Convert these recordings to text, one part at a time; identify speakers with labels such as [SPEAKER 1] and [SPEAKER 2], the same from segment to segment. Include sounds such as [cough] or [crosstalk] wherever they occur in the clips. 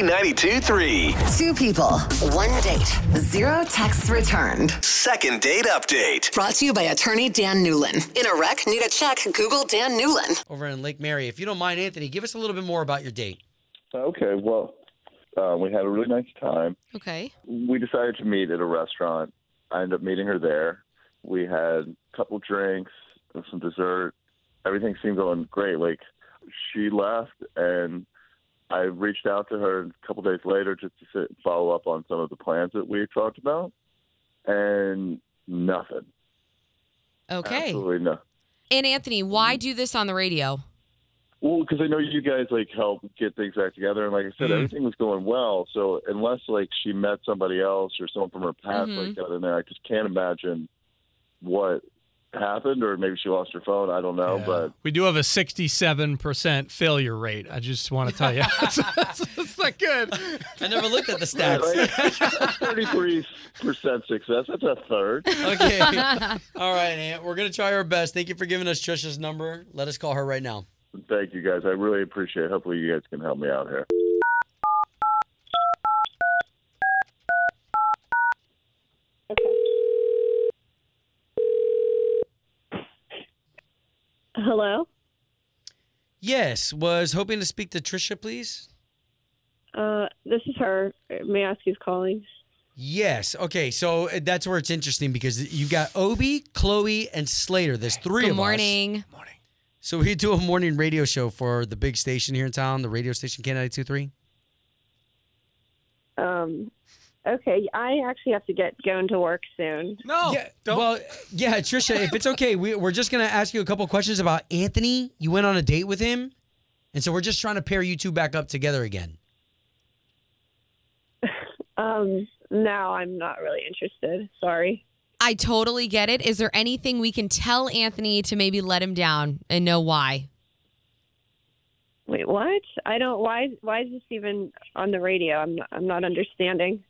[SPEAKER 1] K92 3.
[SPEAKER 2] Two people, one date, zero texts returned.
[SPEAKER 1] Second date update.
[SPEAKER 2] Brought to you by attorney Dan Newlin. In a wreck, need a check, Google Dan Newlin.
[SPEAKER 3] over in Lake Mary. If you don't mind, Anthony, give us a little bit more about your date.
[SPEAKER 4] Okay, well, uh, we had a really nice time.
[SPEAKER 5] Okay.
[SPEAKER 4] We decided to meet at a restaurant. I ended up meeting her there. We had a couple drinks and some dessert. Everything seemed going great. Like, she left, and I reached out to her a couple days later just to sit and follow up on some of the plans that we had talked about, and nothing.
[SPEAKER 5] Okay.
[SPEAKER 4] Absolutely nothing.
[SPEAKER 5] And Anthony, why
[SPEAKER 3] Mm-hmm.
[SPEAKER 5] do this on the radio?
[SPEAKER 4] Well, because I know you guys like help get things back together, and like I said,
[SPEAKER 3] Mhm.
[SPEAKER 4] everything was going well. So unless like she met somebody else or someone from her past like got in there, I just can't imagine what happened, or maybe she lost her phone. I don't know,
[SPEAKER 6] Yeah. [laughs]
[SPEAKER 4] but
[SPEAKER 6] we do have a 67% failure rate. I just want to tell you. [laughs] it's, not good.
[SPEAKER 3] I never looked at the stats.
[SPEAKER 4] thirty-three percent success. That's a
[SPEAKER 3] [laughs]
[SPEAKER 4] third.
[SPEAKER 5] [laughs]
[SPEAKER 3] Okay. All right, Aunt. We're going to try our best. Thank you for giving us Trisha's number. Let us call her right now.
[SPEAKER 4] Thank you guys. I really appreciate. it. Hopefully, you guys can help me out here.
[SPEAKER 7] Hello.
[SPEAKER 3] Yes. Was hoping to speak to Trisha, please?
[SPEAKER 7] Uh, this is her. May I ask who's calling?
[SPEAKER 3] Yes. Okay. So uh, that's where it's interesting because you've got Obi, Chloe, and Slater. There's three
[SPEAKER 5] Good
[SPEAKER 3] of us.
[SPEAKER 5] morning.
[SPEAKER 3] So we do a morning radio show for the big station here in town, the radio station K923.
[SPEAKER 7] Um, okay, I actually have to get going to work soon.
[SPEAKER 6] No.
[SPEAKER 3] yeah,
[SPEAKER 6] don't.
[SPEAKER 3] Well, yeah, Trisha, if it's okay, we, we're just going to ask you a couple questions about Anthony. You went on a date with him. And so we're just trying to pair you two back up together again.
[SPEAKER 7] Um, no, I'm not really interested. Sorry.
[SPEAKER 5] I totally get it. Is there anything we can tell Anthony to maybe let him down and know why?
[SPEAKER 7] Wait, what? I don't. Why? Why is this even on the radio? I'm. Not, I'm not understanding.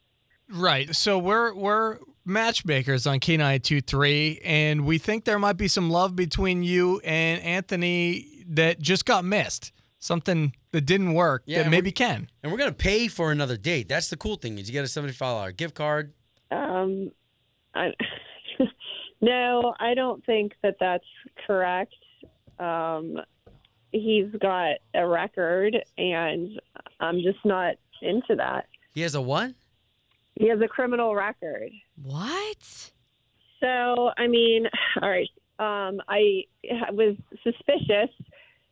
[SPEAKER 6] Right. So we're we're matchmakers on K923 and we think there might be some love between you and Anthony that just got missed. Something that didn't work
[SPEAKER 3] Yeah,
[SPEAKER 6] that
[SPEAKER 3] and
[SPEAKER 6] maybe
[SPEAKER 3] we-
[SPEAKER 6] can.
[SPEAKER 3] And we're going to pay for another date. That's the cool thing is you get a $75 gift card.
[SPEAKER 7] Um, I. [laughs] no, I don't think that that's correct. Um, he's got a record, and I'm just not into that.
[SPEAKER 3] He has a what?
[SPEAKER 7] He has a criminal record.
[SPEAKER 5] What?
[SPEAKER 7] So, I mean, [sighs] all right. Um, I was suspicious,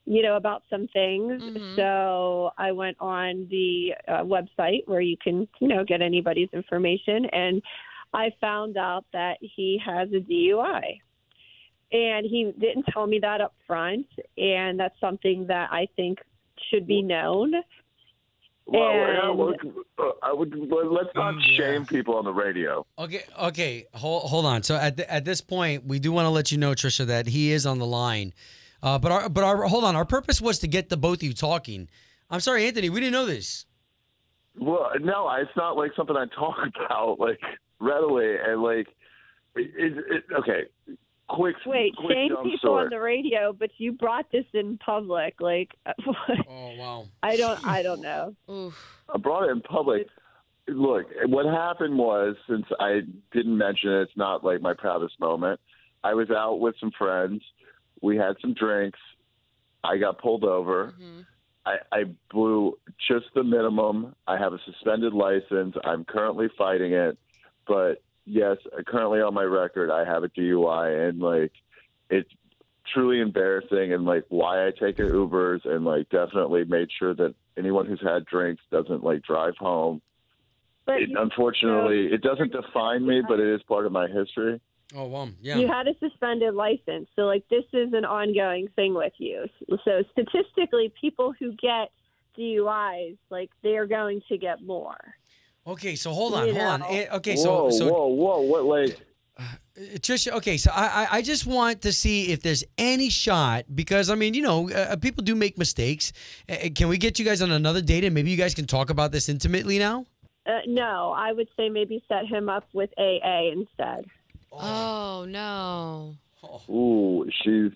[SPEAKER 7] you know, about some things.
[SPEAKER 5] Mhm.
[SPEAKER 7] So I went on the uh, website where you can, you know, get anybody's information. And I found out that he has a DUI. And he didn't tell me that up front. And that's something that I think should be known.
[SPEAKER 4] Well, yeah,
[SPEAKER 7] And-
[SPEAKER 4] look, uh, I would. Let's not shame people on the radio.
[SPEAKER 3] Okay, okay, hold, hold on. So at, the, at this point, we do want to let you know, Trisha, that he is on the line. Uh, but our, but our, hold on. Our purpose was to get the both of you talking. I'm sorry, Anthony, we didn't know this.
[SPEAKER 4] Well, no, it's not like something I talk [laughs] about like readily and like. It, it, okay, quick.
[SPEAKER 7] Wait,
[SPEAKER 4] quick
[SPEAKER 7] shame
[SPEAKER 4] dumb
[SPEAKER 7] people
[SPEAKER 4] story.
[SPEAKER 7] on the radio, but you brought this in public. Like, [laughs]
[SPEAKER 3] Oh, wow.
[SPEAKER 7] I don't, I don't know.
[SPEAKER 5] Oof.
[SPEAKER 4] I brought it in public. Look, what happened was since I didn't mention it, it's not like my proudest moment. I was out with some friends. We had some drinks. I got pulled over. I, I blew just the minimum. I have a suspended license. I'm currently fighting it, but yes, currently on my record, I have a DUI, and like it's truly embarrassing. And like why I take an Ubers, and like definitely made sure that anyone who's had drinks doesn't like drive home.
[SPEAKER 7] But
[SPEAKER 4] It,
[SPEAKER 7] you,
[SPEAKER 4] unfortunately, it doesn't define me, but it is part of my history.
[SPEAKER 3] Oh, wow. Yeah.
[SPEAKER 7] you had a suspended license, so like this is an ongoing thing with you. So statistically, people who get DUIs, like they are going to get more.
[SPEAKER 3] Okay, so hold on,
[SPEAKER 7] You
[SPEAKER 3] hold on.
[SPEAKER 7] know.
[SPEAKER 3] Eh, Okay,
[SPEAKER 4] whoa,
[SPEAKER 3] so so
[SPEAKER 4] whoa, whoa! What like?
[SPEAKER 3] Trisha, okay, so I, I I just want to see if there's any shot because I mean you know uh, people do make mistakes. Uh, can we get you guys on another date and maybe you guys can talk about this intimately now?
[SPEAKER 7] Uh, no, I would say maybe set him up with AA instead.
[SPEAKER 5] Oh no.
[SPEAKER 4] Ooh, she's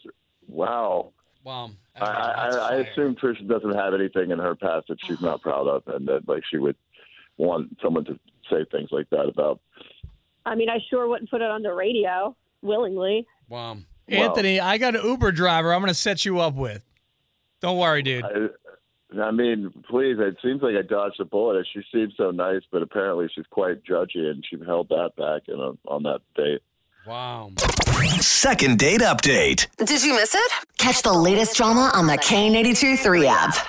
[SPEAKER 4] wow.
[SPEAKER 3] Oh, Wow.
[SPEAKER 4] I, I,
[SPEAKER 3] That's
[SPEAKER 4] I
[SPEAKER 3] fire.
[SPEAKER 4] assume Trisha doesn't have anything in her past that she's not proud of, and that like she would want someone to say things like that about.
[SPEAKER 7] I mean, I sure wouldn't put it on the radio willingly.
[SPEAKER 3] Wow.
[SPEAKER 4] Well-
[SPEAKER 6] Anthony, I got an Uber driver I'm going to set you up with. Don't worry, dude.
[SPEAKER 4] I, I mean, please. It seems like I dodged a bullet. She seems so nice, but apparently she's quite judgy, and she held that back in a, on that date.
[SPEAKER 3] Wow.
[SPEAKER 1] Second date update.
[SPEAKER 2] Did you miss it? Catch the latest drama on the K82 3 app.